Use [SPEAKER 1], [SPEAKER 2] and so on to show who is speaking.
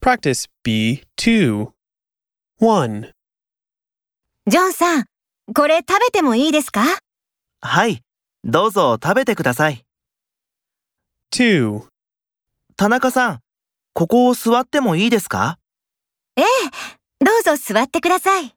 [SPEAKER 1] Practice B2. 1,
[SPEAKER 2] ジョンさん、これ食べてもいいですか
[SPEAKER 3] はい、どうぞ食べてください。
[SPEAKER 1] 2,
[SPEAKER 3] 田中さん、ここを座ってもいいですか
[SPEAKER 2] どうぞ座ってください。